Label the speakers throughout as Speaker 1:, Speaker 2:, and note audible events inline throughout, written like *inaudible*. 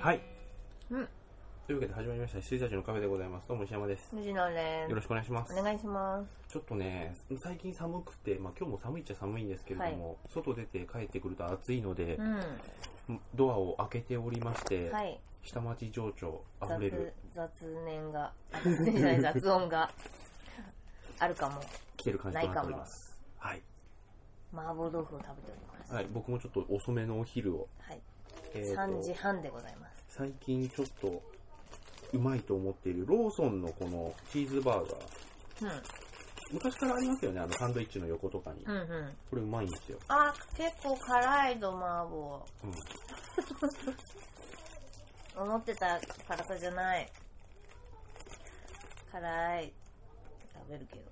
Speaker 1: はい。
Speaker 2: うん
Speaker 1: というわけで始まりました。羊たちのカフェでございます。どうも石山です。
Speaker 2: 藤野です
Speaker 1: よろしくお願いします。
Speaker 2: お願いします
Speaker 1: ちょっとね、最近寒くて、まあ今日も寒いっちゃ寒いんですけれども、外出て帰ってくると暑いので
Speaker 2: う、ん
Speaker 1: ドアを開けておりまして、
Speaker 2: はい
Speaker 1: 下町情緒あふれ
Speaker 2: 雑
Speaker 1: る、
Speaker 2: 雑念が *laughs* あ雑念じゃない雑音があるかも
Speaker 1: 来てる感じとなっております。はい。
Speaker 2: 麻婆豆腐を食べております
Speaker 1: はい、僕もちょっと遅めのお昼を。
Speaker 2: はい、
Speaker 1: えーと
Speaker 2: 3時半でございます
Speaker 1: 最近ちょっと、うまいと思っているローソンのこのチーズバーガー。昔からありますよね、あのサンドイッチの横とかに。
Speaker 2: うんうんうん
Speaker 1: これうまいんですよ。
Speaker 2: あ結構辛いぞ麻婆
Speaker 1: うん。
Speaker 2: 思ってた辛さじゃない辛い食べるけど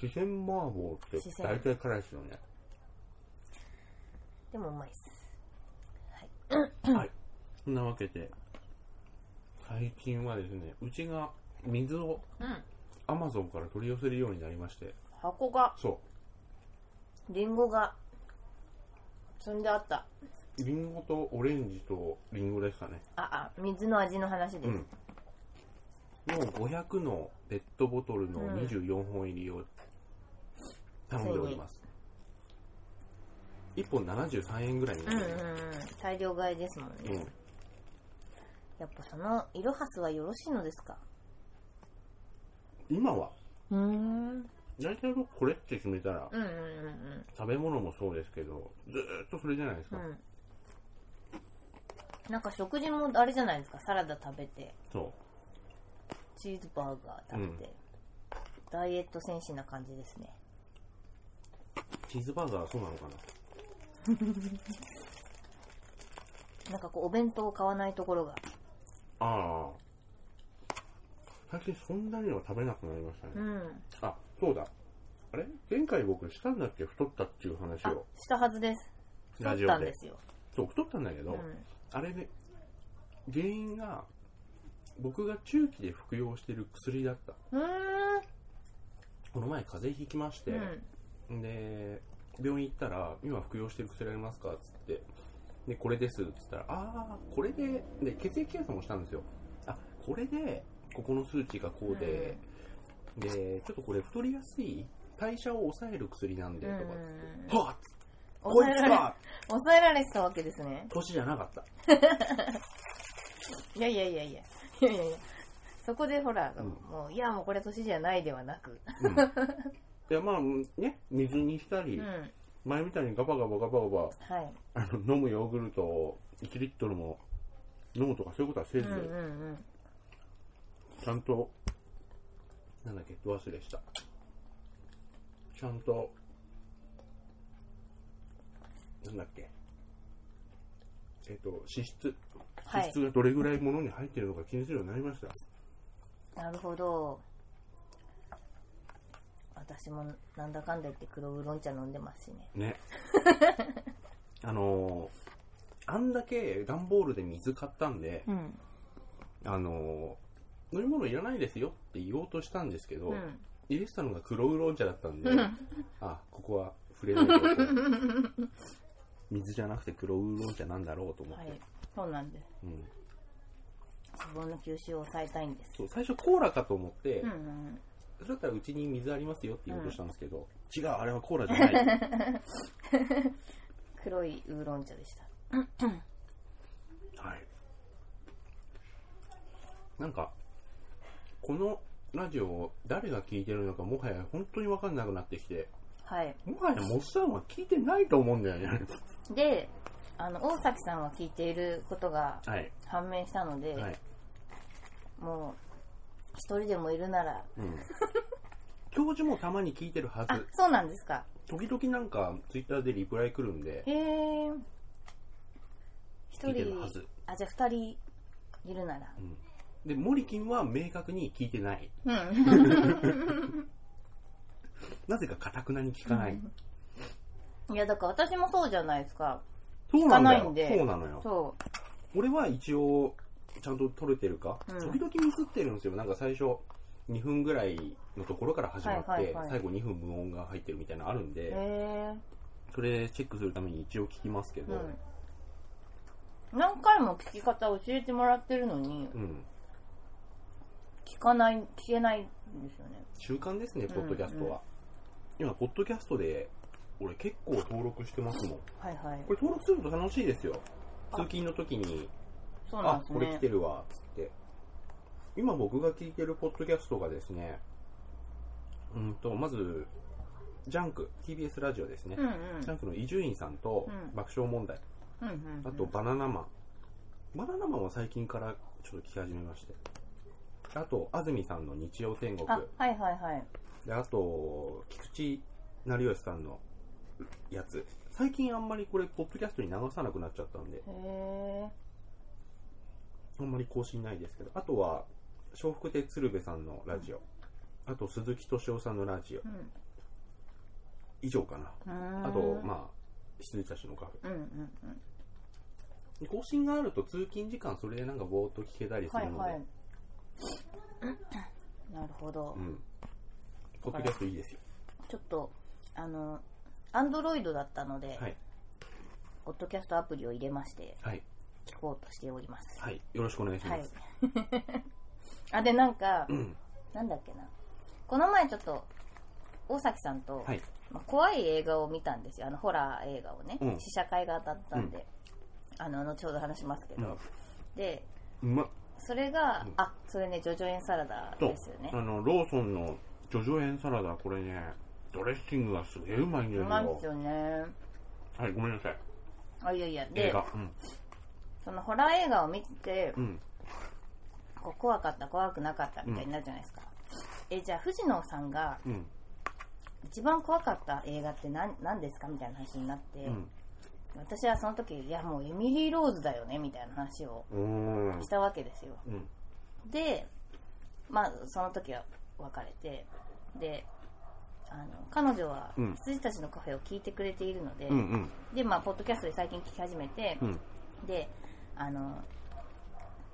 Speaker 1: 四川麻婆って
Speaker 2: 四川
Speaker 1: 大体辛いですよね。
Speaker 2: でもうまいっすはい
Speaker 1: はい。そんなわけで、最近はですね、うちが水を
Speaker 2: うん
Speaker 1: アマゾンから取り寄せるようになりまして、
Speaker 2: 箱が
Speaker 1: そ
Speaker 2: リンゴが積んであった
Speaker 1: う、リンゴとオレンジとリンゴですかね。
Speaker 2: ああ水の味の話で
Speaker 1: う
Speaker 2: す、
Speaker 1: ん。の500のペットボトルの
Speaker 2: うん
Speaker 1: 24本入りを頼んでおります。1本73円ぐらいにな
Speaker 2: うん
Speaker 1: り
Speaker 2: うん
Speaker 1: ます。
Speaker 2: うん大量買いですもんね、
Speaker 1: うん
Speaker 2: やっぱそのイロハスはよろしいのですか
Speaker 1: 今は、
Speaker 2: うーん
Speaker 1: 大体僕これって決めたら
Speaker 2: うんう、んうん
Speaker 1: 食べ物もそうですけど、ずーっとそれじゃないですか。
Speaker 2: うんうんなんか食事もあれじゃないですかサラダ食べて
Speaker 1: そ
Speaker 2: チーズバーガー食べて、ダイエット戦士な感じですね
Speaker 1: う。チーズバーガーはそうなのかな
Speaker 2: なんかこうお弁当を買わないところが
Speaker 1: ああ。最近そんなには食べなくなりましたね。
Speaker 2: うん
Speaker 1: あ、そうだ。あれ前回僕したんだっけ太ったっていう話
Speaker 2: あ
Speaker 1: を。
Speaker 2: したはずです
Speaker 1: ラジ
Speaker 2: だ
Speaker 1: オ
Speaker 2: ったん
Speaker 1: で
Speaker 2: で。すよ、
Speaker 1: そう、太ったんだけ
Speaker 2: う
Speaker 1: ど、
Speaker 2: ん、
Speaker 1: あれね、原因が、僕が中期で服用してる薬だった。
Speaker 2: うーん
Speaker 1: この前風邪ひきまして、で病院行ったら「今服用してる薬ありますか?」っつって「でこれです」っつったら「ああこれでで血液検査もしたんですよあこれでここの数値がこうで、でちょっとこれ太りやすい代謝を抑える薬なんで」
Speaker 2: うん
Speaker 1: とかっ
Speaker 2: うんうん
Speaker 1: つって「はっ!」こ
Speaker 2: 抑え
Speaker 1: いつ
Speaker 2: られ
Speaker 1: か
Speaker 2: 抑えられてたわけですね
Speaker 1: 年じゃなかった
Speaker 2: いやいやいやいや *laughs* いやいやいやそこでほら、
Speaker 1: うん
Speaker 2: もういやもうこれ年じゃないではなく、 *laughs*
Speaker 1: うんでまあね水にしたり、
Speaker 2: うん
Speaker 1: 前みたいにガバガバガバガバ
Speaker 2: はい
Speaker 1: あの飲むヨーグルトを1リットルも飲むとかそういうことはせ
Speaker 2: うん
Speaker 1: ず、
Speaker 2: うんうん
Speaker 1: ちゃんと、なんだっけ、ド忘れした。ちゃんと、なんだっけ、えっ、と、脂質、
Speaker 2: は
Speaker 1: 脂
Speaker 2: い
Speaker 1: 質がどれぐらいものに入ってるのか気にするようになりました。
Speaker 2: なるほど私もなんだかんだ言って黒ウーロン茶飲んでますしね *laughs*
Speaker 1: ね。あのーあんだけ段ボールで水買ったんで、
Speaker 2: うん
Speaker 1: あのー飲み物いらないですよって言おうとしたんですけど、
Speaker 2: うん
Speaker 1: 入れてたのが黒ウーロン茶だったんで、
Speaker 2: うん
Speaker 1: あここは触れないとこう
Speaker 2: *laughs*
Speaker 1: 水じゃなくて黒ウーロン茶なんだろうと思っ
Speaker 2: *laughs* は
Speaker 1: て、
Speaker 2: いそうなんです
Speaker 1: うん、
Speaker 2: 脂肪の吸収を抑えたいんです
Speaker 1: そう最初コーラかと思って、
Speaker 2: うんうん
Speaker 1: それだったらうちに水ありますよって言おうとしたんですけど、違うあれはコーラじゃな
Speaker 2: *laughs*
Speaker 1: い
Speaker 2: 黒いウーロン茶でした
Speaker 1: はいなんかこのラジオを誰が聞いてるのかもはや本当に分かんなくなってきて
Speaker 2: はい
Speaker 1: もはやモッさんは聞いてないと思うんだよ
Speaker 2: *laughs*
Speaker 1: ね
Speaker 2: であの大崎さんは聞いていることが
Speaker 1: はい
Speaker 2: 判明したので、
Speaker 1: はい
Speaker 2: もう一人でもいるなら
Speaker 1: うん教授もたまに聞いてるは
Speaker 2: あ
Speaker 1: ず
Speaker 2: そうなんですか
Speaker 1: 時々なんかツイッターでリプライ来るんで
Speaker 2: へえ一
Speaker 1: 聞いてるは
Speaker 2: 人
Speaker 1: ず、
Speaker 2: あじゃあ二人いるなら
Speaker 1: うん、でモリキンは明確に聞いてない
Speaker 2: うん *laughs*
Speaker 1: なぜかかたくなに聞かない、
Speaker 2: いやだから私もそうじゃないですか
Speaker 1: そうなんだ
Speaker 2: 聞かない
Speaker 1: よ
Speaker 2: んで
Speaker 1: そうなのよ
Speaker 2: そ
Speaker 1: 俺は一応ちゃんと撮れてるか、
Speaker 2: うん
Speaker 1: 時々ミスってるんですよなんか最初2分ぐらいのところから始まって、
Speaker 2: はいはいはい
Speaker 1: 最後2分無音が入ってるみたいなのあるん
Speaker 2: う
Speaker 1: で、
Speaker 2: へえ
Speaker 1: それチェックするために一応聞きますけど、
Speaker 2: うん何回も聞き方教えてもらってるのに
Speaker 1: うん、
Speaker 2: 聞かない聞けないんですよね
Speaker 1: 習慣ですね、
Speaker 2: ん
Speaker 1: ポッドキャストは。今、ポッドキャストで、俺結構登録してますもん。こ
Speaker 2: はいはい
Speaker 1: れ登録すると楽しいですよ。
Speaker 2: あ
Speaker 1: 通勤の時に、
Speaker 2: そうな
Speaker 1: あ
Speaker 2: ん、です
Speaker 1: これ来
Speaker 2: ね
Speaker 1: てるわ、つって。今僕が聞いてるポッドキャストがですね、うんと、まず、ジャンク、TBS ラジオですね。
Speaker 2: うんうん
Speaker 1: ジャンクの伊集院さんと
Speaker 2: うん
Speaker 1: 爆笑問題、
Speaker 2: うんうんうん
Speaker 1: あとバナナマン。バナナマンは最近からちょっと聞き始めまして。あと、安住さんの日曜天国。
Speaker 2: あはいはいはい
Speaker 1: であと、菊池成吉さんのやつ。最近あんまりこれ、ポッドキャストに流さなくなっちゃったんで、
Speaker 2: へえ
Speaker 1: あんまり更新ないですけど、あとは、笑福亭鶴瓶さんのラジオ。あと、鈴木敏夫さんのラジオ。
Speaker 2: うん
Speaker 1: 以上かな。
Speaker 2: うーん
Speaker 1: あと、まあ、羊たちのカフ
Speaker 2: うんうんうん
Speaker 1: ェ。で更新があると通勤時間、それでなんかぼーっと聞けたりす
Speaker 2: は
Speaker 1: る
Speaker 2: い
Speaker 1: ので、
Speaker 2: はいなるほど、
Speaker 1: うん。ポッドキャストいいですよ。
Speaker 2: ちょっとあのアンドロイドだったので、
Speaker 1: はい。
Speaker 2: ポッドキャストアプリを入れまして
Speaker 1: はい。
Speaker 2: 聞こうとしております
Speaker 1: はい。よろしくお願いしま
Speaker 2: はい *laughs*
Speaker 1: す。
Speaker 2: あでなんか、
Speaker 1: うん。
Speaker 2: なんだっけなこの前ちょっと大崎さんと、
Speaker 1: はい。
Speaker 2: まあ怖い映画を見たんですよあのホラー映画をね、
Speaker 1: うん
Speaker 2: 試写会が当たったんで、あの後ほど話しますけど、で
Speaker 1: うんうまっ
Speaker 2: それが、
Speaker 1: うん
Speaker 2: あそれねジョジョエンサラダ
Speaker 1: そう
Speaker 2: ですよね
Speaker 1: あのローソンのジョジョエンサラダこれねドレッシングがすげえうまいんです
Speaker 2: う
Speaker 1: よ
Speaker 2: まいんですよね
Speaker 1: はいごめんなさい
Speaker 2: あいやいや
Speaker 1: 映
Speaker 2: で
Speaker 1: 画うん
Speaker 2: そのホラー映画を見て、
Speaker 1: うん
Speaker 2: こう怖かった怖くなかったみたいになるじゃないですか、えじゃあ藤野さんが
Speaker 1: うん
Speaker 2: 一番怖かった映画って何何ですかみたいな話になって、
Speaker 1: うん
Speaker 2: 私はその時いやもうエミリー・ローズだよねみたいな話を
Speaker 1: うんうん
Speaker 2: したわけですよ
Speaker 1: うん
Speaker 2: でまあその時は別れてであの彼女は
Speaker 1: うん
Speaker 2: 羊たちのカフェを聞いてくれているので、
Speaker 1: うん
Speaker 2: でまあポッドキャストで最近聞き始めて、
Speaker 1: うん
Speaker 2: であの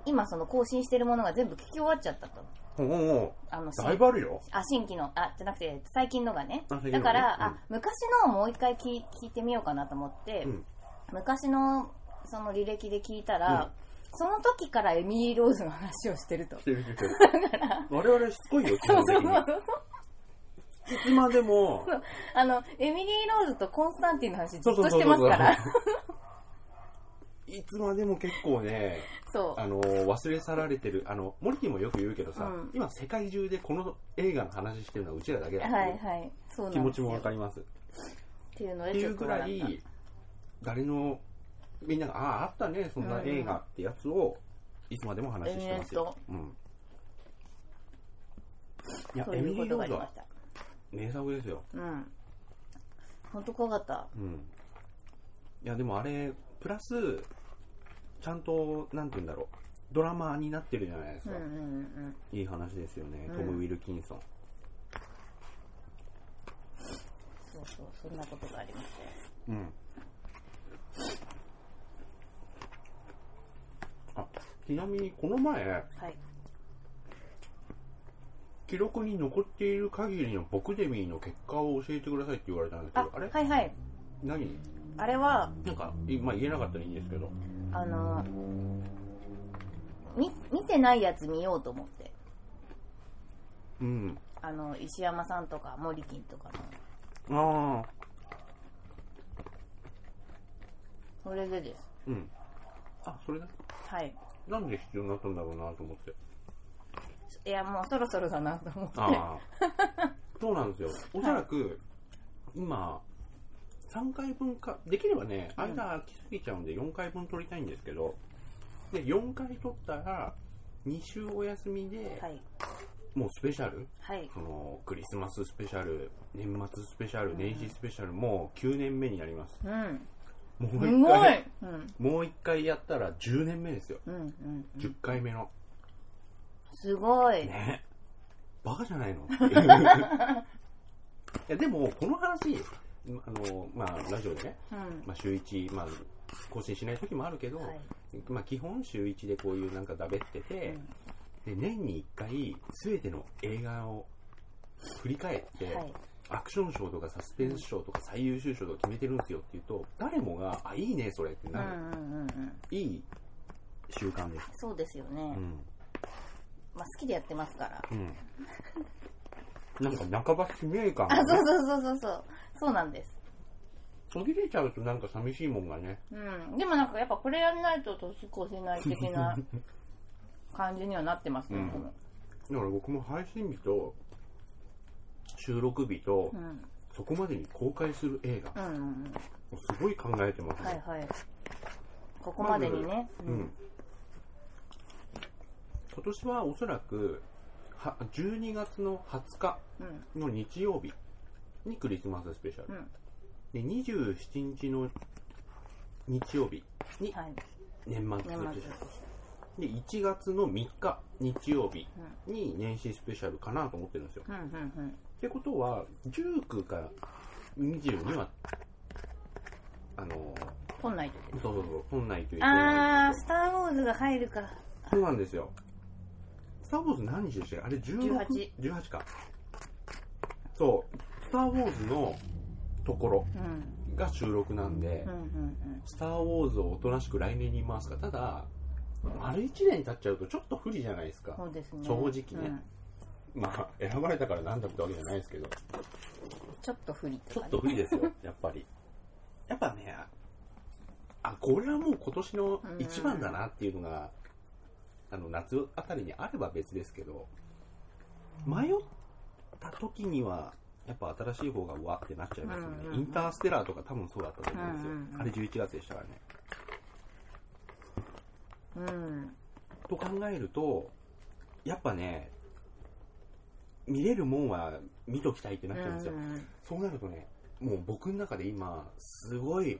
Speaker 2: 今その更新してるものが全部聞き終わっちゃったと
Speaker 1: おお
Speaker 2: あの
Speaker 1: だいぶあるよ
Speaker 2: あ新規のあじゃなくて最近のがね
Speaker 1: あ最近のね
Speaker 2: だから、
Speaker 1: うん
Speaker 2: あ昔のをもう一回聞い聞いてみようかなと思って、
Speaker 1: うん
Speaker 2: 昔のその履歴で聞いたら、その時からエミリー・ローズの話をしてると
Speaker 1: し。てる
Speaker 2: *laughs*
Speaker 1: してる我々しつこいよ基
Speaker 2: そう
Speaker 1: 本
Speaker 2: そ
Speaker 1: 的
Speaker 2: うそう
Speaker 1: に
Speaker 2: そう
Speaker 1: いつまでも
Speaker 2: あの、エミリー・ローズとコンスタンティンの話ずっ
Speaker 1: そうそ
Speaker 2: と
Speaker 1: うそ
Speaker 2: し
Speaker 1: う
Speaker 2: て
Speaker 1: そ
Speaker 2: ま
Speaker 1: う
Speaker 2: すから。
Speaker 1: *laughs* いつまでも結構ね
Speaker 2: そう
Speaker 1: あ。の忘れ去られてるあのモリキーもよく言うけどさ、
Speaker 2: うん
Speaker 1: 今世界中でこの映画の話してるのはうちらだけだっていう
Speaker 2: はいはい。そうなんです
Speaker 1: 気
Speaker 2: よ。
Speaker 1: 持ちもわかります
Speaker 2: っていうの
Speaker 1: っ
Speaker 2: で
Speaker 1: て
Speaker 2: ち
Speaker 1: い
Speaker 2: ょ
Speaker 1: う
Speaker 2: っと
Speaker 1: ぐ
Speaker 2: 笑
Speaker 1: ら
Speaker 2: った
Speaker 1: い誰のみんながあああったねそんな映画ってやつをいつまでも話してますよ、うん、いや
Speaker 2: そう
Speaker 1: エ
Speaker 2: い
Speaker 1: ミ
Speaker 2: う
Speaker 1: リ
Speaker 2: こ
Speaker 1: ー・
Speaker 2: と
Speaker 1: ロ
Speaker 2: が
Speaker 1: ー
Speaker 2: あ
Speaker 1: ズ
Speaker 2: りま
Speaker 1: は
Speaker 2: した。
Speaker 1: 名作ですよ、
Speaker 2: うん。本当怖かった。
Speaker 1: うん、いやでもあれプラスちゃんとなんて言うんだろうドラマになってるじゃないです
Speaker 2: うん
Speaker 1: か
Speaker 2: うん、うん。
Speaker 1: いい話ですよね、
Speaker 2: うん
Speaker 1: トム・ウィルキンソン
Speaker 2: そうそう、そんなことがありましたよ。
Speaker 1: うんあちなみにこの前
Speaker 2: はい。
Speaker 1: 記録に残っている限りの僕デミーの結果を教えてくださいって言われたんですけ
Speaker 2: あ
Speaker 1: ど、あれ、
Speaker 2: はいはい。
Speaker 1: 何
Speaker 2: あれは、
Speaker 1: なんか、いまあ言えなかったらいいんですけど。
Speaker 2: あの、み、見てないやつ見ようと思って。
Speaker 1: うん。
Speaker 2: あの、石山さんとか、森金とかの。
Speaker 1: ああ。
Speaker 2: それでです。
Speaker 1: うん。あ、それだ。
Speaker 2: はい。
Speaker 1: なんで必要になったんだろうなと思って。
Speaker 2: いや、もうそろそろだなと思って。
Speaker 1: ああ。そうなんですよ。おそらく、今、3回分か、できればね、
Speaker 2: うん
Speaker 1: 間空きすぎちゃうんで4回分取りたいんですけど、で、4回取ったら、2週お休みで、
Speaker 2: はい。
Speaker 1: もうスペシャル
Speaker 2: はい。
Speaker 1: そのクリスマススペシャル、年末スペシャル、年始スペシャル、もう9年目になります。
Speaker 2: うん。
Speaker 1: もう
Speaker 2: す
Speaker 1: 一
Speaker 2: ごい
Speaker 1: 回、
Speaker 2: うん。
Speaker 1: もう一回やったら10年目ですよ。
Speaker 2: うんうんうん
Speaker 1: 10回目の。
Speaker 2: すごい。
Speaker 1: ね。バカじゃない
Speaker 2: *laughs*
Speaker 1: のっていういや、でも、この話、あの、まあ、ラジオでね、
Speaker 2: うん。
Speaker 1: まあ、週1、まあ、更新しない時もあるけど、
Speaker 2: はい。
Speaker 1: まあ、基本週1でこういうなんかだべってて、で、年に1回、すべての映画を振り返って、
Speaker 2: はい。
Speaker 1: アクション賞とかサスペンス賞とか最優秀賞とか決めてるんですよって言うと、誰もが、あ、いいね、それって
Speaker 2: うん
Speaker 1: なる。
Speaker 2: うんうんうん。
Speaker 1: いい習慣です。
Speaker 2: そうですよね、
Speaker 1: うん。
Speaker 2: まあ、好きでやってますから
Speaker 1: うん。なんか半ば使命感がね、
Speaker 2: あそうそうそうそうそうそうなんです
Speaker 1: 途切れちゃうとなんか寂しいもんがね。
Speaker 2: うんでもなんかやっぱこれやらないと年越せない
Speaker 1: *laughs*
Speaker 2: 的な感じにはなってますよね、
Speaker 1: だから僕も配信日と収録日と
Speaker 2: うん、うん
Speaker 1: そこまでに公開する映画
Speaker 2: う、んうん
Speaker 1: すごい考えてますね。
Speaker 2: はいはいここまでにね、
Speaker 1: うん今年はおそらくは12月の20日
Speaker 2: うん
Speaker 1: の日曜日にクリスマススペシャル
Speaker 2: う、ん
Speaker 1: で27日の日曜日に
Speaker 2: はい
Speaker 1: 年末スペシ
Speaker 2: 年末
Speaker 1: ャルで1月の3日日曜日に年始スペシャルかなと思ってるんですよ、
Speaker 2: うんうんう
Speaker 1: っ
Speaker 2: ん
Speaker 1: てことは19から20にはあの
Speaker 2: 本来という
Speaker 1: そうそうそう本来という
Speaker 2: ああスター・ウォーズが入るか
Speaker 1: そうなんですよ。スター・ウォーズ何日でしたっけあれ 16?
Speaker 2: 18
Speaker 1: 18か。そう。スター・ウォーズのところ
Speaker 2: うん
Speaker 1: が収録なんで、
Speaker 2: うんうん
Speaker 1: スター・ウォーズをおとなしく来年に回すか。ただ、丸1年経っちゃうとちょっと不利じゃないです
Speaker 2: うん
Speaker 1: か。
Speaker 2: そうですね
Speaker 1: 正直ねまあ、選ばれたからなんだってわけじゃないですけど、
Speaker 2: うんちょっと不利
Speaker 1: ち
Speaker 2: と
Speaker 1: ょ
Speaker 2: か
Speaker 1: っ
Speaker 2: ね
Speaker 1: と不利ですよ、 *laughs* やっぱり。やっぱね、あ、これはもう今年の一番だなっていうのが、あの、夏あたりにあれば別ですけど、迷った時には、やっぱ新しい方がうわってなっちゃいますよね。
Speaker 2: うんうんうん
Speaker 1: インターステラーとか多分そうだったと思うんですよ。
Speaker 2: うんうんうん
Speaker 1: あれ11月でしたからね。
Speaker 2: うん
Speaker 1: と考えると、やっぱね、見れるもんは見ときたいってなっちゃうんですよ。
Speaker 2: うん
Speaker 1: そうなるとね、もう僕の中で今、すごい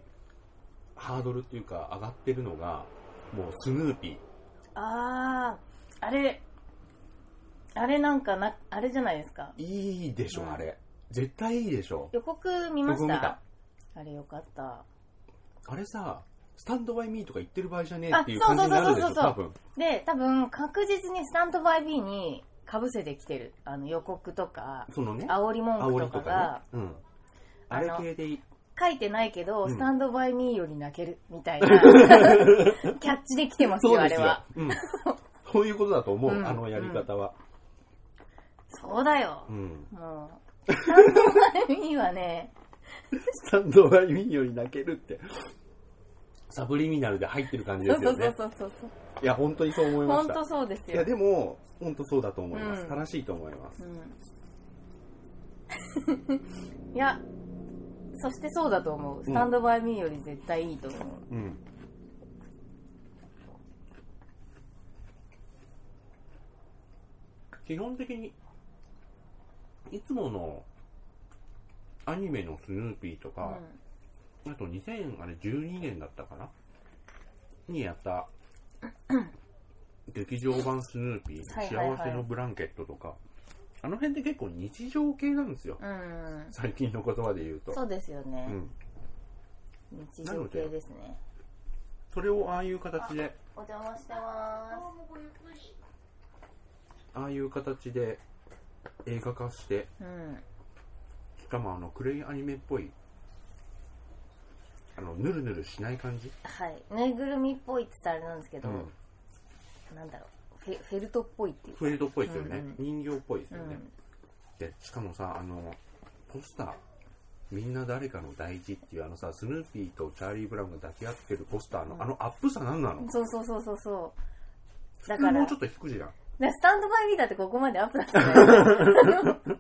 Speaker 1: ハードルっていうか上がってるのが、もうスヌーピー。
Speaker 2: あああれあれなんかなあれじゃないですか
Speaker 1: いいでしょ、
Speaker 2: うん
Speaker 1: あれ。絶対いいでしょ。
Speaker 2: 予告見まし
Speaker 1: 僕も
Speaker 2: た
Speaker 1: 見た
Speaker 2: あれよかった
Speaker 1: あれさ、スタンドバイミーとか言ってる場合じゃねえ
Speaker 2: あ
Speaker 1: っていう感じになるでし
Speaker 2: そ
Speaker 1: ょ、
Speaker 2: うそうそうそう
Speaker 1: 多分。
Speaker 2: で多分確実にスタンドバイビーにかぶせてきてるあの予告とか
Speaker 1: そのね、
Speaker 2: 煽り文句
Speaker 1: 煽
Speaker 2: と
Speaker 1: り
Speaker 2: か
Speaker 1: と
Speaker 2: が
Speaker 1: かね。うん。
Speaker 2: あ
Speaker 1: あ
Speaker 2: の
Speaker 1: れ系でいい。
Speaker 2: 書いてないけ
Speaker 1: う
Speaker 2: ど、
Speaker 1: ん
Speaker 2: スタンドバイミーより泣けるみ
Speaker 1: *laughs*
Speaker 2: たいなキャッチできてますよ
Speaker 1: そう
Speaker 2: あ
Speaker 1: で
Speaker 2: れ
Speaker 1: すよ
Speaker 2: は。
Speaker 1: うん。そういうことだと思
Speaker 2: うん
Speaker 1: う、あのやり方は。
Speaker 2: そうだよ
Speaker 1: う、ん。
Speaker 2: もうスタンドバイミーはね
Speaker 1: スタンドバイミーより泣けるって。サブリミナルで入ってる感じ
Speaker 2: そ
Speaker 1: で
Speaker 2: う
Speaker 1: す
Speaker 2: そ
Speaker 1: よ
Speaker 2: うそ
Speaker 1: ね
Speaker 2: う。そうそう
Speaker 1: いや、本当にそう思いま
Speaker 2: 本
Speaker 1: した
Speaker 2: 当。そうです
Speaker 1: いや
Speaker 2: よ、
Speaker 1: でも本当そうだと思います、
Speaker 2: うん
Speaker 1: 正しいと思います
Speaker 2: うん、い *laughs* やそしてそうだと思うスタンドバイミーより絶対いいと思う、
Speaker 1: うん基本的にいつものアニメのスヌーピーとか、あと2012年だったかなにやった劇場版スヌーピー
Speaker 2: はいはいは
Speaker 1: の
Speaker 2: い
Speaker 1: 幸せのブランケットとか、あの辺って結構日常系なんですよ
Speaker 2: うん、うん、
Speaker 1: 最近の言葉で言うと
Speaker 2: そうですよね
Speaker 1: う、ん
Speaker 2: 日常系ですね
Speaker 1: それをああいう形で
Speaker 2: お邪魔してま
Speaker 1: ああいう形で映画化して
Speaker 2: すうん
Speaker 1: しかもあのクレイアニメっぽいあのぬるぬるしない感じ、
Speaker 2: はいぬいぐるみっぽいって言ったらあれなんですけど、なんだろうフェフェルトっぽいっていうか
Speaker 1: フェードっぽいですよね、
Speaker 2: うん
Speaker 1: 人形っぽいです
Speaker 2: う
Speaker 1: よ
Speaker 2: ん
Speaker 1: ね、でしかもさあのポスターみんな誰かの大事っていうあのさスヌーピーとチャーリー・ブラウンが抱き合ってるポスターの、あのアップさ何なの
Speaker 2: そうそうそうそうそうだ
Speaker 1: 普
Speaker 2: か
Speaker 1: 通
Speaker 2: ら
Speaker 1: もうちょっと低くじゃん
Speaker 2: だからスタンドバイミーだってここまでアップだった
Speaker 1: *laughs*
Speaker 2: よね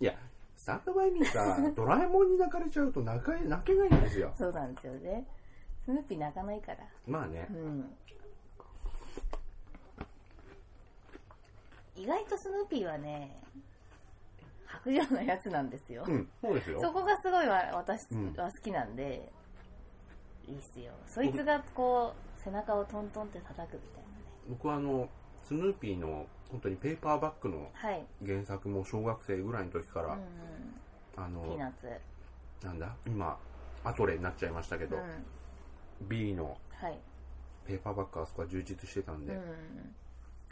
Speaker 1: いやスタンドバイミーさ
Speaker 2: *laughs*
Speaker 1: ドラえもんに泣かれちゃうと泣か泣けないんですよ
Speaker 2: そうなんですよねスヌーピー泣かないから
Speaker 1: まあね
Speaker 2: うん意外とスヌーピーはね白状のやつなんですよ、
Speaker 1: うんそうですよ
Speaker 2: そこがすごいわ私
Speaker 1: うん
Speaker 2: は好きなんで、いいっすよそいつがこう背中をトントンって叩くみたい
Speaker 1: 僕はあのスヌーピーの本当にペーパーバッグの
Speaker 2: なねはい、
Speaker 1: 原作も小学生ぐらいの時から、
Speaker 2: うん
Speaker 1: あ
Speaker 2: うん、ピー
Speaker 1: の
Speaker 2: ナッツ
Speaker 1: なんだ今アトレになっちゃいましたけ
Speaker 2: う
Speaker 1: ど、
Speaker 2: ん
Speaker 1: B の
Speaker 2: はい、
Speaker 1: ペーパーバッグあそこは充実してたん
Speaker 2: う
Speaker 1: で、
Speaker 2: ん、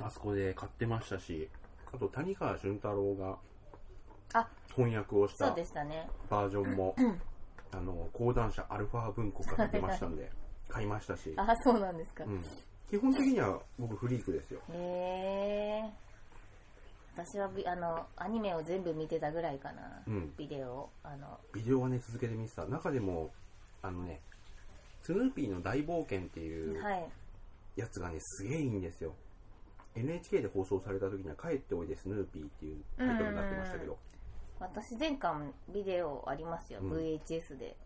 Speaker 1: あそこで買ってましたしあと谷川俊太郎が
Speaker 2: あ
Speaker 1: 翻訳をし
Speaker 2: そう
Speaker 1: た
Speaker 2: でしたね *laughs*
Speaker 1: バージョンも、あの講談社アルファ文庫から出ましたんで買いましたし、
Speaker 2: あ、そうなんですか。
Speaker 1: う
Speaker 2: へ
Speaker 1: ん、基本的には僕フリークですよ
Speaker 2: え。私はビあのアニメを全部見てたぐらいかな、
Speaker 1: うん
Speaker 2: ビデオをあの
Speaker 1: ビデオはね続けて見てた中でもあのねスヌーピーの大冒険っていう
Speaker 2: はい
Speaker 1: やつがねすげえいいんですよ NHK で放送された時には「帰っておいでスヌーピー」っていうタイトルになってましたけど
Speaker 2: 私前回もビデオありますよ、
Speaker 1: うん
Speaker 2: VHS で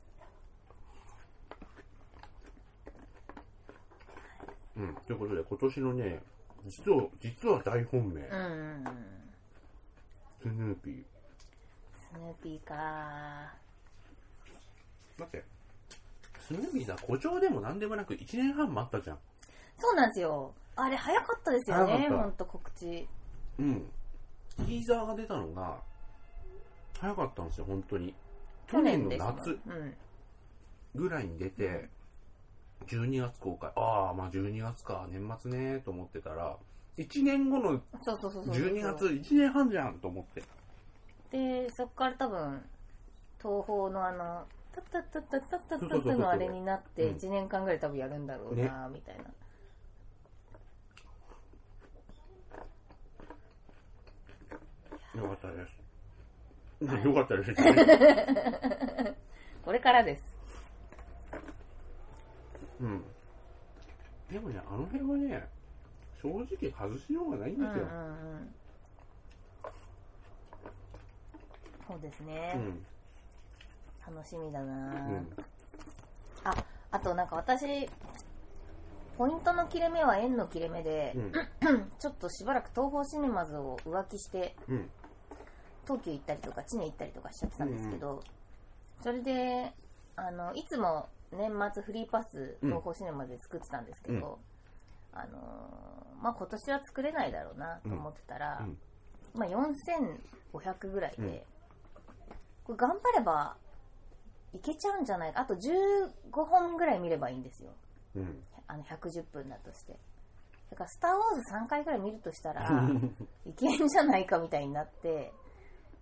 Speaker 1: うんということで今年のね実は実は大本命、
Speaker 2: うんうんうん
Speaker 1: スヌーピー
Speaker 2: スヌーピーか
Speaker 1: だってスヌーピーさ誇張でも何でもなく1年半待ったじゃん
Speaker 2: そうなんですよあれ早かったですよね
Speaker 1: 早かった
Speaker 2: ほんと告知
Speaker 1: うんティーザーが出たのが早かったんですよ本当に去
Speaker 2: 去
Speaker 1: 年
Speaker 2: 年
Speaker 1: の
Speaker 2: ですもん
Speaker 1: 夏
Speaker 2: うん
Speaker 1: ぐらいに出て12月公開ああまあ12月か年末ねと思ってたら1年後の
Speaker 2: そうそうそうそう
Speaker 1: 12月1年半じゃんと思って
Speaker 2: でそっから多分東宝のあのタッタッタッタッタッタッタ
Speaker 1: そうそう
Speaker 2: ッ
Speaker 1: そう
Speaker 2: タ
Speaker 1: そう
Speaker 2: のあれになって
Speaker 1: うん
Speaker 2: 1年間ぐらい多分やるんだろうなみたいな、
Speaker 1: よかったです *laughs* よかったですね
Speaker 2: これからです
Speaker 1: うんでもねあの辺はね正直外しようがないん
Speaker 2: う
Speaker 1: で
Speaker 2: んうん
Speaker 1: すよ、
Speaker 2: うんそうです
Speaker 1: う
Speaker 2: ね、
Speaker 1: ん
Speaker 2: 楽しみだな、
Speaker 1: うん
Speaker 2: ああとなんか私ポイントの切れ目は円の切れ目で、
Speaker 1: うん
Speaker 2: ちょっとしばらく東宝シネマズを浮気して
Speaker 1: うん
Speaker 2: 東急行ったりとか知念行ったりとかしちゃってたんですけど、それであのいつも年末フリーパス
Speaker 1: うん
Speaker 2: 東宝シネマで作ってたんですけど、あのーまあ、今年は作れないだろうなと思ってたら、
Speaker 1: うん
Speaker 2: まあ、4500ぐらいで、
Speaker 1: うん
Speaker 2: これ頑張ればいけちゃうんじゃないかあと15本ぐらい見ればいいんですよ
Speaker 1: うん
Speaker 2: あの110分だとしてだから「スター・ウォーズ」3回ぐらい見るとし
Speaker 1: *laughs*
Speaker 2: たらいけんじゃないかみたいになって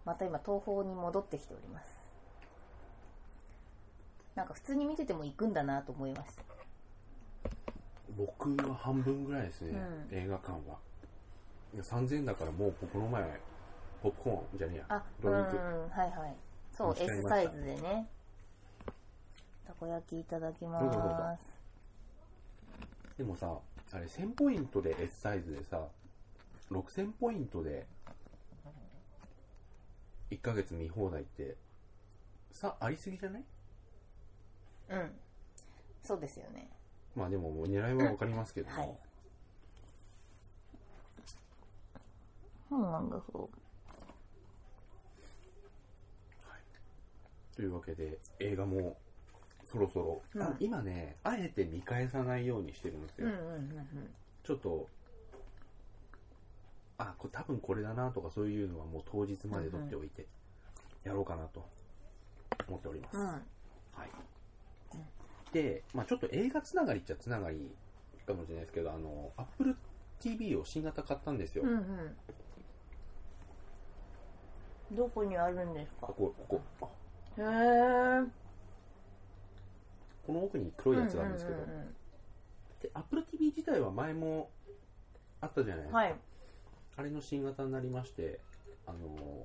Speaker 2: また今東宝に戻ってきておりますなんか普通に見てても行くんだなと思いました
Speaker 1: 僕は半分ぐらいですね、
Speaker 2: う
Speaker 1: 映画館は。いや3000だからもうこの前、ポップコーンじゃねえや
Speaker 2: あ、う
Speaker 1: ド
Speaker 2: ん
Speaker 1: リンク。
Speaker 2: はいはいそう
Speaker 1: 見つかり
Speaker 2: S
Speaker 1: ま
Speaker 2: サ
Speaker 1: した
Speaker 2: イズでねたこ焼きいただきま
Speaker 1: どうぞどうぞ
Speaker 2: ーす
Speaker 1: でもさ、あれ1000ポイントで S サイズでさ、6000ポイントで1ヶ月見放題って、さ、ありすぎじゃない
Speaker 2: うんそうですよね
Speaker 1: まあでももう狙いはわかりますけども、
Speaker 2: はいそうなんだそう
Speaker 1: というわけで映画もそろそろ、
Speaker 2: うん
Speaker 1: あ今ね、あえて見返さないようにしてるんです
Speaker 2: う
Speaker 1: よ。
Speaker 2: んうんうんうん
Speaker 1: ちょっと、あ、こ多分これだなとかそういうのはもう当日まで取っておいて、やろうかなと思っております。
Speaker 2: うん
Speaker 1: はい。で、まあちょっと映画つながりっちゃつながりかもしれないですけど、あの、Apple TV を新型買ったんですよ。
Speaker 2: うん
Speaker 1: こ
Speaker 2: うんどこにあるんですか
Speaker 1: こ、ここ。
Speaker 2: へえ
Speaker 1: この奥に黒いやつがあるんですけど、
Speaker 2: うんうんうん
Speaker 1: で、Apple TV 自体は前もあったじゃないです
Speaker 2: うん
Speaker 1: か。
Speaker 2: はい
Speaker 1: あれの新型になりまして、あの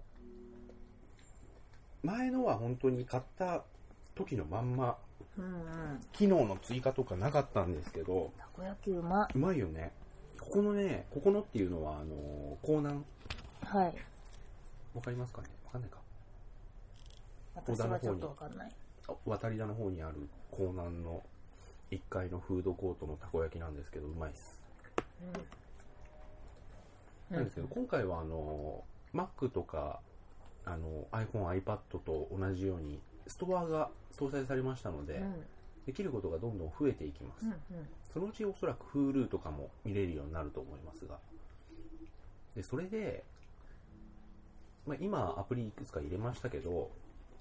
Speaker 1: 前のは本当に買った時のまんま、
Speaker 2: うんうん
Speaker 1: 機能の追加とかなかったんですけど、
Speaker 2: たこ焼きうま
Speaker 1: うまいよね。ここのね、ここのっていうのは、あのー、江南、
Speaker 2: はい
Speaker 1: わかりますかねわかんないか。
Speaker 2: 私はちょっとわかんない
Speaker 1: あ渡り田の方にある江南の1階のフードコートのたこ焼きなんですけど、うまいっす。
Speaker 2: うん
Speaker 1: なんですけど、今回はあのー、Mac とか、あのー、iPhone、iPad と同じように、ストアが搭載されましたので、
Speaker 2: うんうん
Speaker 1: できることがどんどん増えていきます、
Speaker 2: うん
Speaker 1: そのうちおそらく Hulu とかも見れるようになると思いますがでそれで、まあ、今アプリいくつか入れましたけど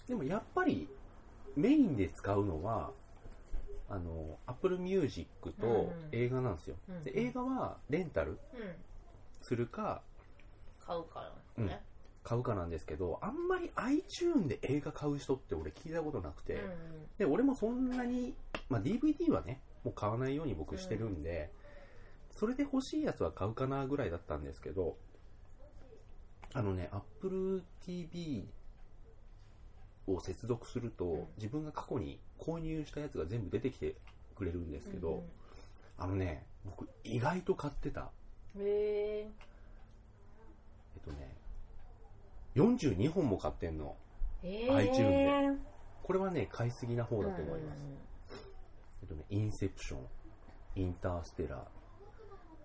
Speaker 1: でもやっぱりメインで使うのはあの Apple Music
Speaker 2: うん
Speaker 1: と
Speaker 2: うん
Speaker 1: 映画なんですよ、
Speaker 2: うん
Speaker 1: で映画はレンタル
Speaker 2: うん
Speaker 1: するか
Speaker 2: 買うからね
Speaker 1: 買うかなんですけどあんまり iTune で映画買う人って俺聞いたことなくて、
Speaker 2: うん
Speaker 1: で俺もそんなに、まあ、DVD はねもう買わないように僕してるんで、それで欲しいやつは買うかなぐらいだったんですけど、あのね、Apple TV を接続すると、
Speaker 2: うん
Speaker 1: 自分が過去に購入したやつが全部出てきてくれるんですけど、あのね、僕意外と買ってた。
Speaker 2: うんへえ
Speaker 1: えっとね、42本も買ってんの。
Speaker 2: え
Speaker 1: iTunes
Speaker 2: え
Speaker 1: これはね、買いすぎな方だと思います。
Speaker 2: うんうんうん
Speaker 1: えっとね、インセプション、インターステラー。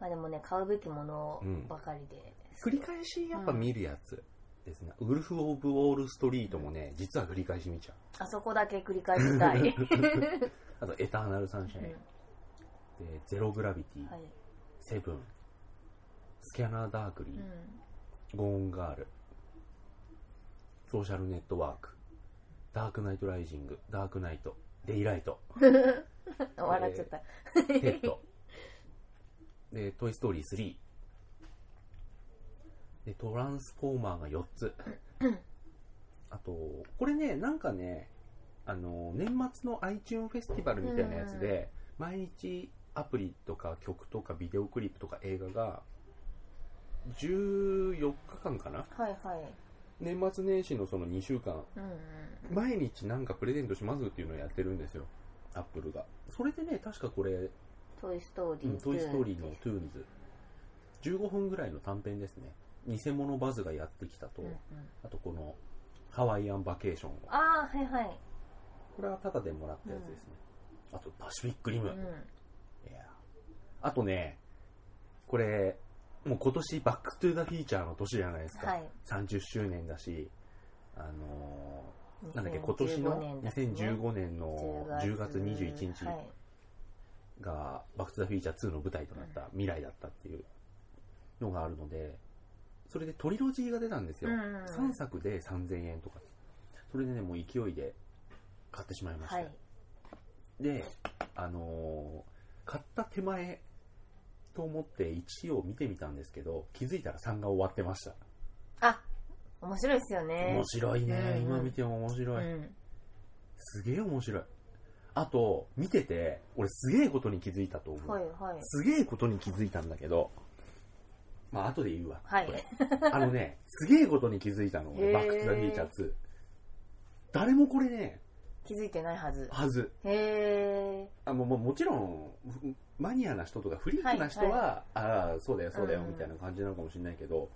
Speaker 2: まあでもね買うべきもの
Speaker 1: うん
Speaker 2: ばかりで、
Speaker 1: 繰り返しやっぱ見るやつですね。ウルフ・オブ・ウォール・ストリートもね、実は繰り返し見ちゃう。
Speaker 2: あそこだけ繰り返した
Speaker 1: *laughs*
Speaker 2: い、
Speaker 1: あと、エターナル・サンシャイン、でゼロ・グラビティ、
Speaker 2: はい
Speaker 1: セブン、スキャナー・ダークリー、
Speaker 2: うん
Speaker 1: ゴーン・ガール、ソーシャル・ネットワーク、ダーク・ナイト・ライジング、ダーク・ナイト、デイ・ライト、
Speaker 2: 笑っちゃった、
Speaker 1: テッド。で、トイ・ストーリー3。で、トランスフォーマーが4つ。あと、これね、なんかね、あの、年末の iTunes フェスティバルみたいなやつで、毎日アプリとか曲とかビデオクリップとか映画が、14日間かな
Speaker 2: はいはい
Speaker 1: 年末年始のその2週間、
Speaker 2: うんうん
Speaker 1: 毎日なんかプレゼントしますっていうのをやってるんですよ。アップルが。それでね、確かこれ、
Speaker 2: 「トイ・ストー
Speaker 1: う
Speaker 2: リー
Speaker 1: ん、
Speaker 2: 2」
Speaker 1: トイ・ストーリーのトゥーンズ15分ぐらいの短編ですね偽物バズがやってきたと、
Speaker 2: うんうん
Speaker 1: あとこのハワイアンバケーションを
Speaker 2: ああはいはい、
Speaker 1: これはタダでもらったやつですね、あとパシフィックリム、
Speaker 2: う
Speaker 1: いや
Speaker 2: ん、
Speaker 1: あとねこれもう今年バック・トゥ・ザ・フィーチャーの年じゃないですか、
Speaker 2: はい
Speaker 1: 30周年だしあのーなんだっけ今年
Speaker 2: 2015
Speaker 1: の
Speaker 2: 年ですね
Speaker 1: 2015年の10月21日
Speaker 2: はい
Speaker 1: が「バック・トゥ・ザ・フィーチャー2」の舞台となった未来だったっていうのがあるのでそれでトリロジーが出たんですよ、
Speaker 2: うんうんうん
Speaker 1: 3作で3000円とかそれでねもう勢いで買ってしまいました、
Speaker 2: はい
Speaker 1: であのー買った手前と思って1を見てみたんですけど気づいたら3が終わってました
Speaker 2: あ面白いですよね
Speaker 1: 面白いね、
Speaker 2: うんうん
Speaker 1: 今見ても面白い、
Speaker 2: うん
Speaker 1: すげえ面白いあと見てて俺すげえことに気づいたと思う、
Speaker 2: はいはい
Speaker 1: すげえことに気づいたんだけど、まあ後で言うわ。
Speaker 2: はい
Speaker 1: これあのね、すげえことに気づいたの、
Speaker 2: へ
Speaker 1: 俺、
Speaker 2: ー
Speaker 1: バック・トゥ・ザ・フィーチャー2。誰もこれね、
Speaker 2: 気づいてないはず
Speaker 1: はず。
Speaker 2: へえ
Speaker 1: あもうもうもちろん、ふマニアな人とかフリークな人は、ああ、そうだよ、そうだよ、
Speaker 2: うんうん
Speaker 1: みたいな感じなのかもしれないけど、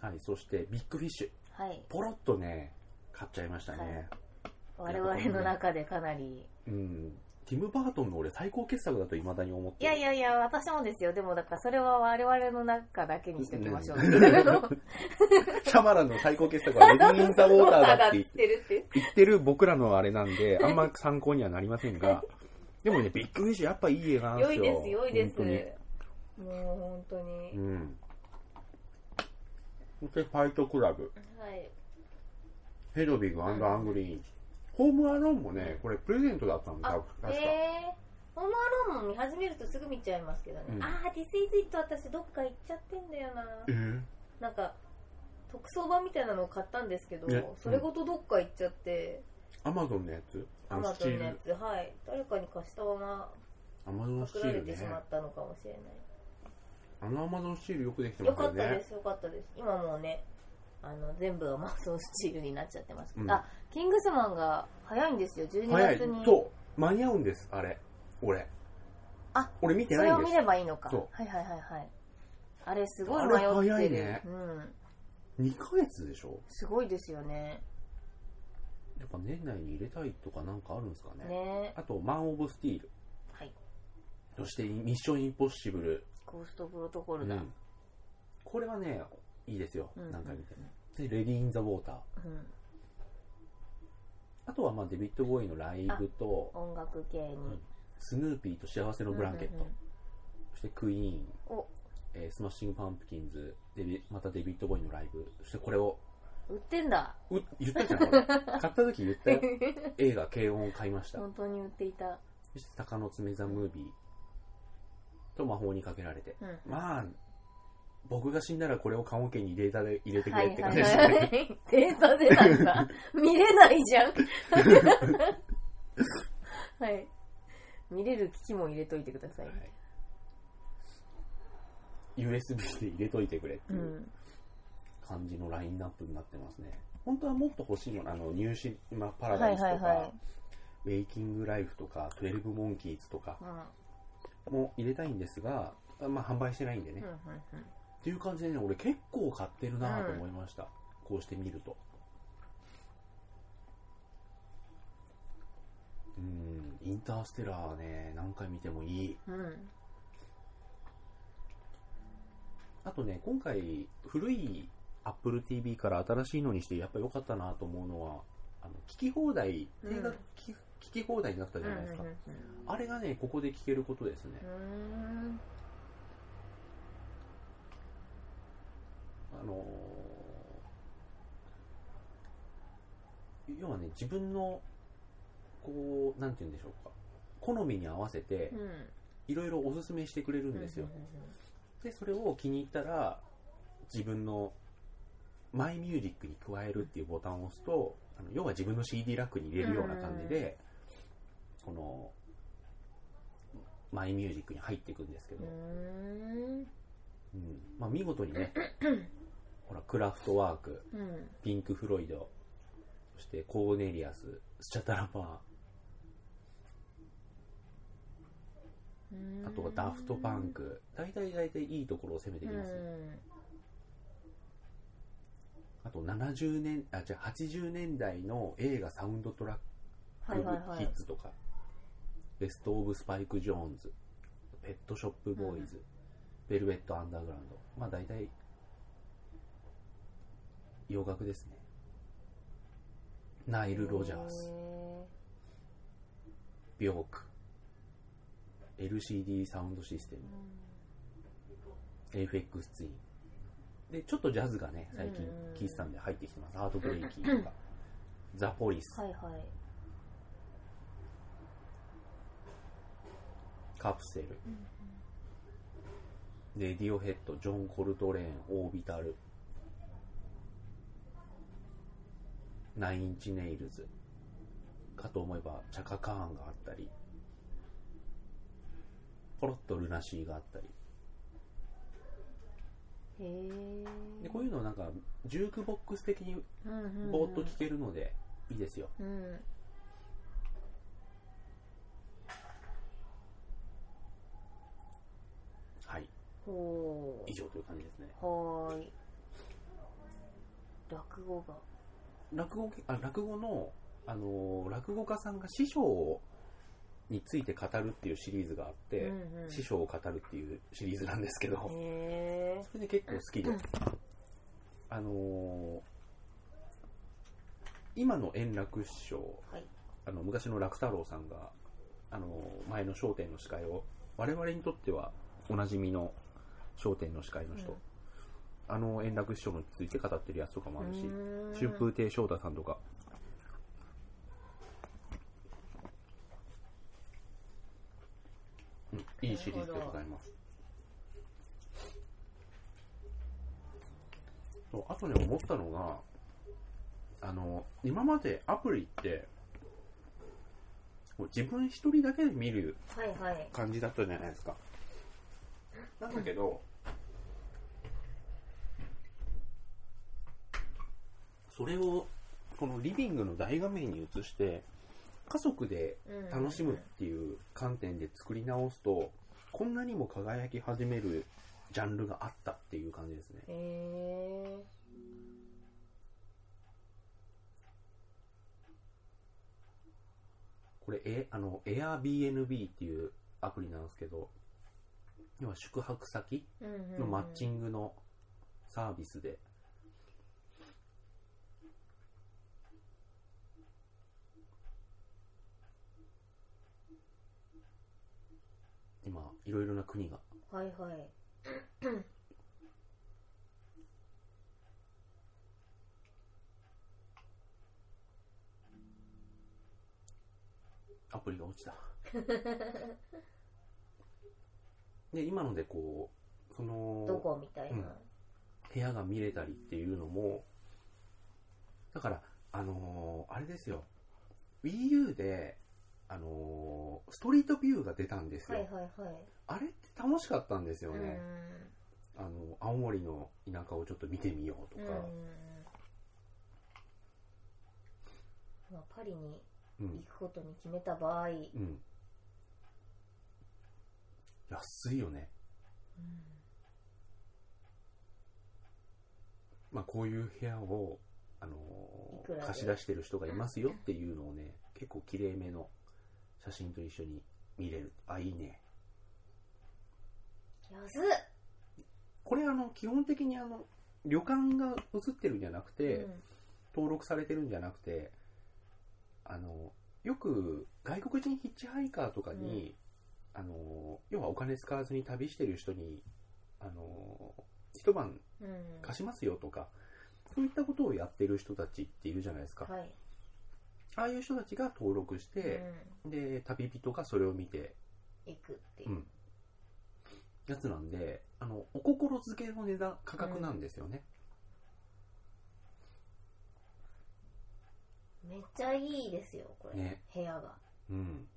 Speaker 1: はい、そして、ビッグフィッシュ。
Speaker 2: はい
Speaker 1: ポロッとね、買っちゃいましたね。
Speaker 2: 我々の中でかなり
Speaker 1: うん。ティム・バートンの俺、最高傑作だと未だに思ってる
Speaker 2: いやいやいや私もですよでもだからそれは我々の中だけにしておきましょ *laughs* う、
Speaker 1: うんシャマランの最高傑
Speaker 2: *laughs*
Speaker 1: 作はレディー・イン・ザ・ウォーターだって
Speaker 2: てる *laughs* って
Speaker 1: 言ってる僕らのあれなんで、あんま参考にはなりませんが、でもね、ビッグフィッシュやっぱいい映画なんで
Speaker 2: 良
Speaker 1: す
Speaker 2: い
Speaker 1: よ。
Speaker 2: です良いで
Speaker 1: 本
Speaker 2: すもう本当
Speaker 1: 当に。
Speaker 2: に、
Speaker 1: うん。そしてファイトクラブ、
Speaker 2: はい
Speaker 1: ヘドビグアングリーン。ホームアローンもね、これプレゼントだったんだ
Speaker 2: あ
Speaker 1: よ、確か。
Speaker 2: えー、ホームアローンも見始めるとすぐ見ちゃいますけどね、
Speaker 1: うん
Speaker 2: ああディスイズイット私どっか行っちゃってんだよな
Speaker 1: え
Speaker 2: なんか特装版みたいなのを買ったんですけど、
Speaker 1: ね
Speaker 2: それごとどっか行っちゃって、
Speaker 1: アマゾンのやつあ
Speaker 2: アマ
Speaker 1: のスチ
Speaker 2: ゾン
Speaker 1: ー
Speaker 2: のや
Speaker 1: ル。
Speaker 2: つはい誰かに貸したまま
Speaker 1: アマゾン
Speaker 2: パ
Speaker 1: ス
Speaker 2: ク
Speaker 1: チ
Speaker 2: ら
Speaker 1: ー
Speaker 2: れ
Speaker 1: ル
Speaker 2: て
Speaker 1: ね
Speaker 2: し。まったのかもしれない、
Speaker 1: あのアマゾンスチールよくできて
Speaker 2: よ
Speaker 1: ます
Speaker 2: か
Speaker 1: よ
Speaker 2: ったで
Speaker 1: ね。
Speaker 2: すよかったです今もうねあの全部アマゾンスチールになっちゃってますけど、
Speaker 1: うん
Speaker 2: あキングスマンが早いんですよ12
Speaker 1: 早い
Speaker 2: 月に。
Speaker 1: そう。間に合うんです、あれ。俺。
Speaker 2: あ
Speaker 1: 俺見て
Speaker 2: そ
Speaker 1: ない
Speaker 2: れ
Speaker 1: ん
Speaker 2: を
Speaker 1: です
Speaker 2: 見。ればいいのか
Speaker 1: そ
Speaker 2: はいはいはいはいあれすごい
Speaker 1: あ
Speaker 2: 迷
Speaker 1: れ
Speaker 2: ってる
Speaker 1: 早いね
Speaker 2: うん、
Speaker 1: 2ヶ月でしょ
Speaker 2: すごいですよね
Speaker 1: やっぱ年内に入れたいとかなんかあるんですかね
Speaker 2: ね
Speaker 1: あと「マン・オブ・スティール
Speaker 2: はい」
Speaker 1: そして「ミッション・インポッシブル
Speaker 2: ゴーストプロトコ」ル
Speaker 1: う
Speaker 2: だ、
Speaker 1: んこれはねいいですよ、
Speaker 2: うん
Speaker 1: 何回見てもで「レディー・イン・ザ・ウォーター
Speaker 2: うん」
Speaker 1: あとはまあデビッド・ボーイのライブと
Speaker 2: 音楽系に、
Speaker 1: うんスヌーピーと幸せのブランケット、
Speaker 2: うんうん
Speaker 1: そしてクイーン、
Speaker 2: うんお
Speaker 1: えースマッシング・パンプキンズデビまたデビッド・ボーイのライブそしてこれを
Speaker 2: 売ってんだ
Speaker 1: う言ったじゃんこ
Speaker 2: *laughs*
Speaker 1: れ買った時言ったよ映画「軽音」を買いました
Speaker 2: 本当に売っていた、
Speaker 1: そして「鷹の爪・ザ・ムービー」と魔法にかけられて
Speaker 2: うん、
Speaker 1: まあ、僕が死んだらこれを棺桶に入れたで入れてく
Speaker 2: は
Speaker 1: れ
Speaker 2: い
Speaker 1: って
Speaker 2: は
Speaker 1: 感
Speaker 2: い
Speaker 1: じでしたね。 *laughs*
Speaker 2: *laughs* はいデータでなんだ見れないじゃんはい見れる機器も入れといてください、
Speaker 1: はい、USB で入れといてくれって
Speaker 2: う
Speaker 1: いうん感じのラインナップになってますね。本当はもっと欲しいよあの、ニューシマパラ
Speaker 2: は
Speaker 1: ダイ
Speaker 2: い
Speaker 1: スとか、
Speaker 2: はいは
Speaker 1: ウェイキングライフとか、トゥエルブモンキーズとか
Speaker 2: い、うん
Speaker 1: も入れたいんですが、あまあ販売してないんでね。
Speaker 2: うんう
Speaker 1: っ
Speaker 2: んうん
Speaker 1: ていう感じでね、俺結構買ってるなと思いました。こうしてみると。うん、インターステラーはね、何回見てもいい。
Speaker 2: うん
Speaker 1: あとね、今回、古い Apple TV から新しいのにして、やっぱ良かったなと思うのは、あの聞き放題、
Speaker 2: うん
Speaker 1: 映画聞き聞き放題になったじゃないですか。あれがね、ここで聞けることですね。
Speaker 2: うん
Speaker 1: あのー要はね、自分の、こう、なんて言うんでしょうか、好みに合わせて
Speaker 2: う、ん
Speaker 1: いろいろおすすめしてくれるんですよ。で、それを気に入ったら、自分のマイミュージックに加えるっていうボタンを押すと、あの要は自分の CD ラックに入れるような感じで、この、マイミュージックに入っていくんですけ
Speaker 2: う
Speaker 1: ど、
Speaker 2: ん
Speaker 1: うんまあ、見事に *clears throat* ね、ほら、クラフトワーク、
Speaker 2: うん
Speaker 1: ピンク・フロイド、そしてコーネリアス、スチャタラパー、あとはダフトパンク、大体大体いいところを攻めてきますね。あと70年、あ、じゃあ80年代の映画サウンドトラック
Speaker 2: はいはいは
Speaker 1: ヒ
Speaker 2: い
Speaker 1: ッツとか、ベスト・オブ・スパイク・ジョーンズ、ペット・ショップ・ボーイズ、ベルベット・アンダーグラウンド。まあ大体、洋楽ですね。ナイル・ロジャース、ビョーク、LCD サウンドシステム、FX ツイン。で、ちょっとジャズがね、最近
Speaker 2: うん
Speaker 1: 聴いてたんで入ってきてます。ハートブレイキーとか、ザ・ポリス、
Speaker 2: はいはい
Speaker 1: カプセル、レディオヘッド、ジョン・コルトレーン、オービタル、ナインチネイルズ、かと思えば、チャカ・カーンがあったり、ポロッとルナシーがあったり、
Speaker 2: へえ
Speaker 1: でこういうのなんか、ジュークボックス的にぼーっと聴けるので、いいですよ。
Speaker 2: うん
Speaker 1: はい。
Speaker 2: ほ
Speaker 1: 以上という感じですね。
Speaker 2: うはーい落語が
Speaker 1: 落語けあ落語の、あのー落語家さんが師匠について語るっていうシリーズがあって、
Speaker 2: うんうん
Speaker 1: 師匠を語るっていうシリーズなんですけど、
Speaker 2: へえ
Speaker 1: それで結構好きで、あのー今の円楽師匠、
Speaker 2: はい
Speaker 1: あの昔の楽太郎さんが、あのー前の『笑点』の司会を我々にとってはおなじみの『笑点』の司会の人、
Speaker 2: うん
Speaker 1: あの円楽師匠について語ってるやつとかもあるし、
Speaker 2: うーん
Speaker 1: 春風亭昇太さんとか。うんいいシリーズでございます。そうあとね、思ったのが、あの、今までアプリって、もう自分一人だけで見る
Speaker 2: はいはい
Speaker 1: 感じだったじゃないですか。なんだけど、それをこのリビングの大画面に映して、家族で楽しむっていう観点で作り直すと、こんなにも輝き始めるジャンルがあったっていう感じですね。
Speaker 2: へえ
Speaker 1: これ、えあの、Airbnb っていうアプリなんですけど、要は宿泊先のマッチ
Speaker 2: ン
Speaker 1: ングのサービスで、今いろいろな国が
Speaker 2: グはいはい
Speaker 1: アプリが
Speaker 2: *laughs*
Speaker 1: 落ちたで今のでこうその
Speaker 2: どこみたいな、
Speaker 1: 部屋が見れたりっていうのもだからあのーあれですよ WiiU であのーストリートビューが出たんですよ、
Speaker 2: はいはいはい。
Speaker 1: あれって楽しかったんですよ
Speaker 2: う
Speaker 1: ね、
Speaker 2: ん
Speaker 1: あの青森の田舎をちょっと見てみようとか、
Speaker 2: うんまあ、パリに
Speaker 1: うん
Speaker 2: 行くことに決めた場合、うん
Speaker 1: うん安いよねまあ、こういう部屋を、あのー
Speaker 2: いくらで
Speaker 1: 貸し出してる人がいますよっていうのをね結構きれいめの写真と一緒に見れるあいいね
Speaker 2: 安っ
Speaker 1: これあの基本的にあの旅館が写ってるんじゃなくて、
Speaker 2: うん
Speaker 1: 登録されてるんじゃなくてあのよく外国人ヒッチハイカーとかに、あの要はお金使わずに旅してる人にあの一晩
Speaker 2: うん
Speaker 1: 貸しますよとか、そういったことをやってる人たちっているじゃないですか、
Speaker 2: はい、
Speaker 1: ああいう人たちが登録して、で旅人がそれを見て
Speaker 2: うん、行くっていうう、
Speaker 1: んやつなんであのお心付けの値段価格なんですよね、
Speaker 2: めっちゃいいですよこれ、
Speaker 1: ね
Speaker 2: 部屋が *laughs*
Speaker 1: うん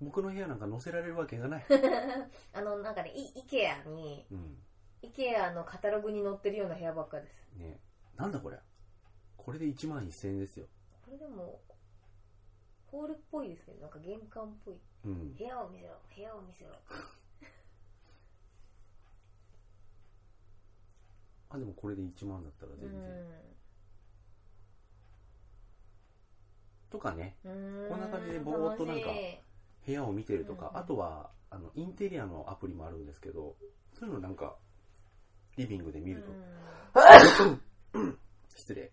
Speaker 1: 僕の部屋なんか載せられるわけがない、 *laughs*
Speaker 2: あのなんかねイ IKEA に
Speaker 1: うん、
Speaker 2: IKEA のカタログに載ってるような部屋ばっかです
Speaker 1: ねなんだこれこれで1万1000円ですよ
Speaker 2: これでもホールっぽいですけどなんか玄関っぽい
Speaker 1: うん
Speaker 2: 部屋を見せろ部屋を見せろ
Speaker 1: あでもこれで1万だったら全然、とかね
Speaker 2: うん
Speaker 1: こんな感じでぼーっとなんか
Speaker 2: 楽しい
Speaker 1: 部屋を見てるとか、
Speaker 2: うんう
Speaker 1: あ
Speaker 2: ん
Speaker 1: とはあのインテリアのアプリもあるんですけどそういうのなんかリビングで見ると、
Speaker 2: う
Speaker 1: 失礼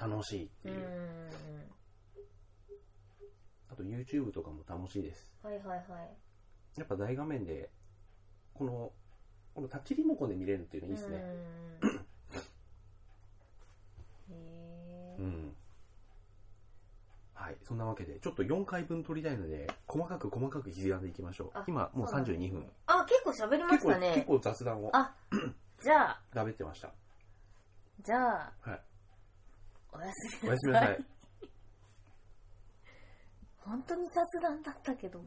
Speaker 1: 楽しいって
Speaker 2: ん
Speaker 1: いう、
Speaker 2: うん
Speaker 1: あと YouTube とかも楽しいです
Speaker 2: はいはいはい
Speaker 1: やっぱ大画面でこのこのタッチリモコンで見れるっていうのいいですね
Speaker 2: うんへ
Speaker 1: うん、はいそんなわけでちょっと4回分取りたいので細かく細かく刻んでいきましょう
Speaker 2: あ
Speaker 1: 今
Speaker 2: ー
Speaker 1: もう
Speaker 2: そうなんです
Speaker 1: 32分
Speaker 2: ねあ結構喋りま
Speaker 1: 結
Speaker 2: した
Speaker 1: 構結
Speaker 2: ね
Speaker 1: 構雑談を
Speaker 2: あじゃあ
Speaker 1: だべってました
Speaker 2: じゃあ
Speaker 1: はい
Speaker 2: おやす
Speaker 1: お
Speaker 2: み
Speaker 1: やすみなさい
Speaker 2: 本当に雑談だったけども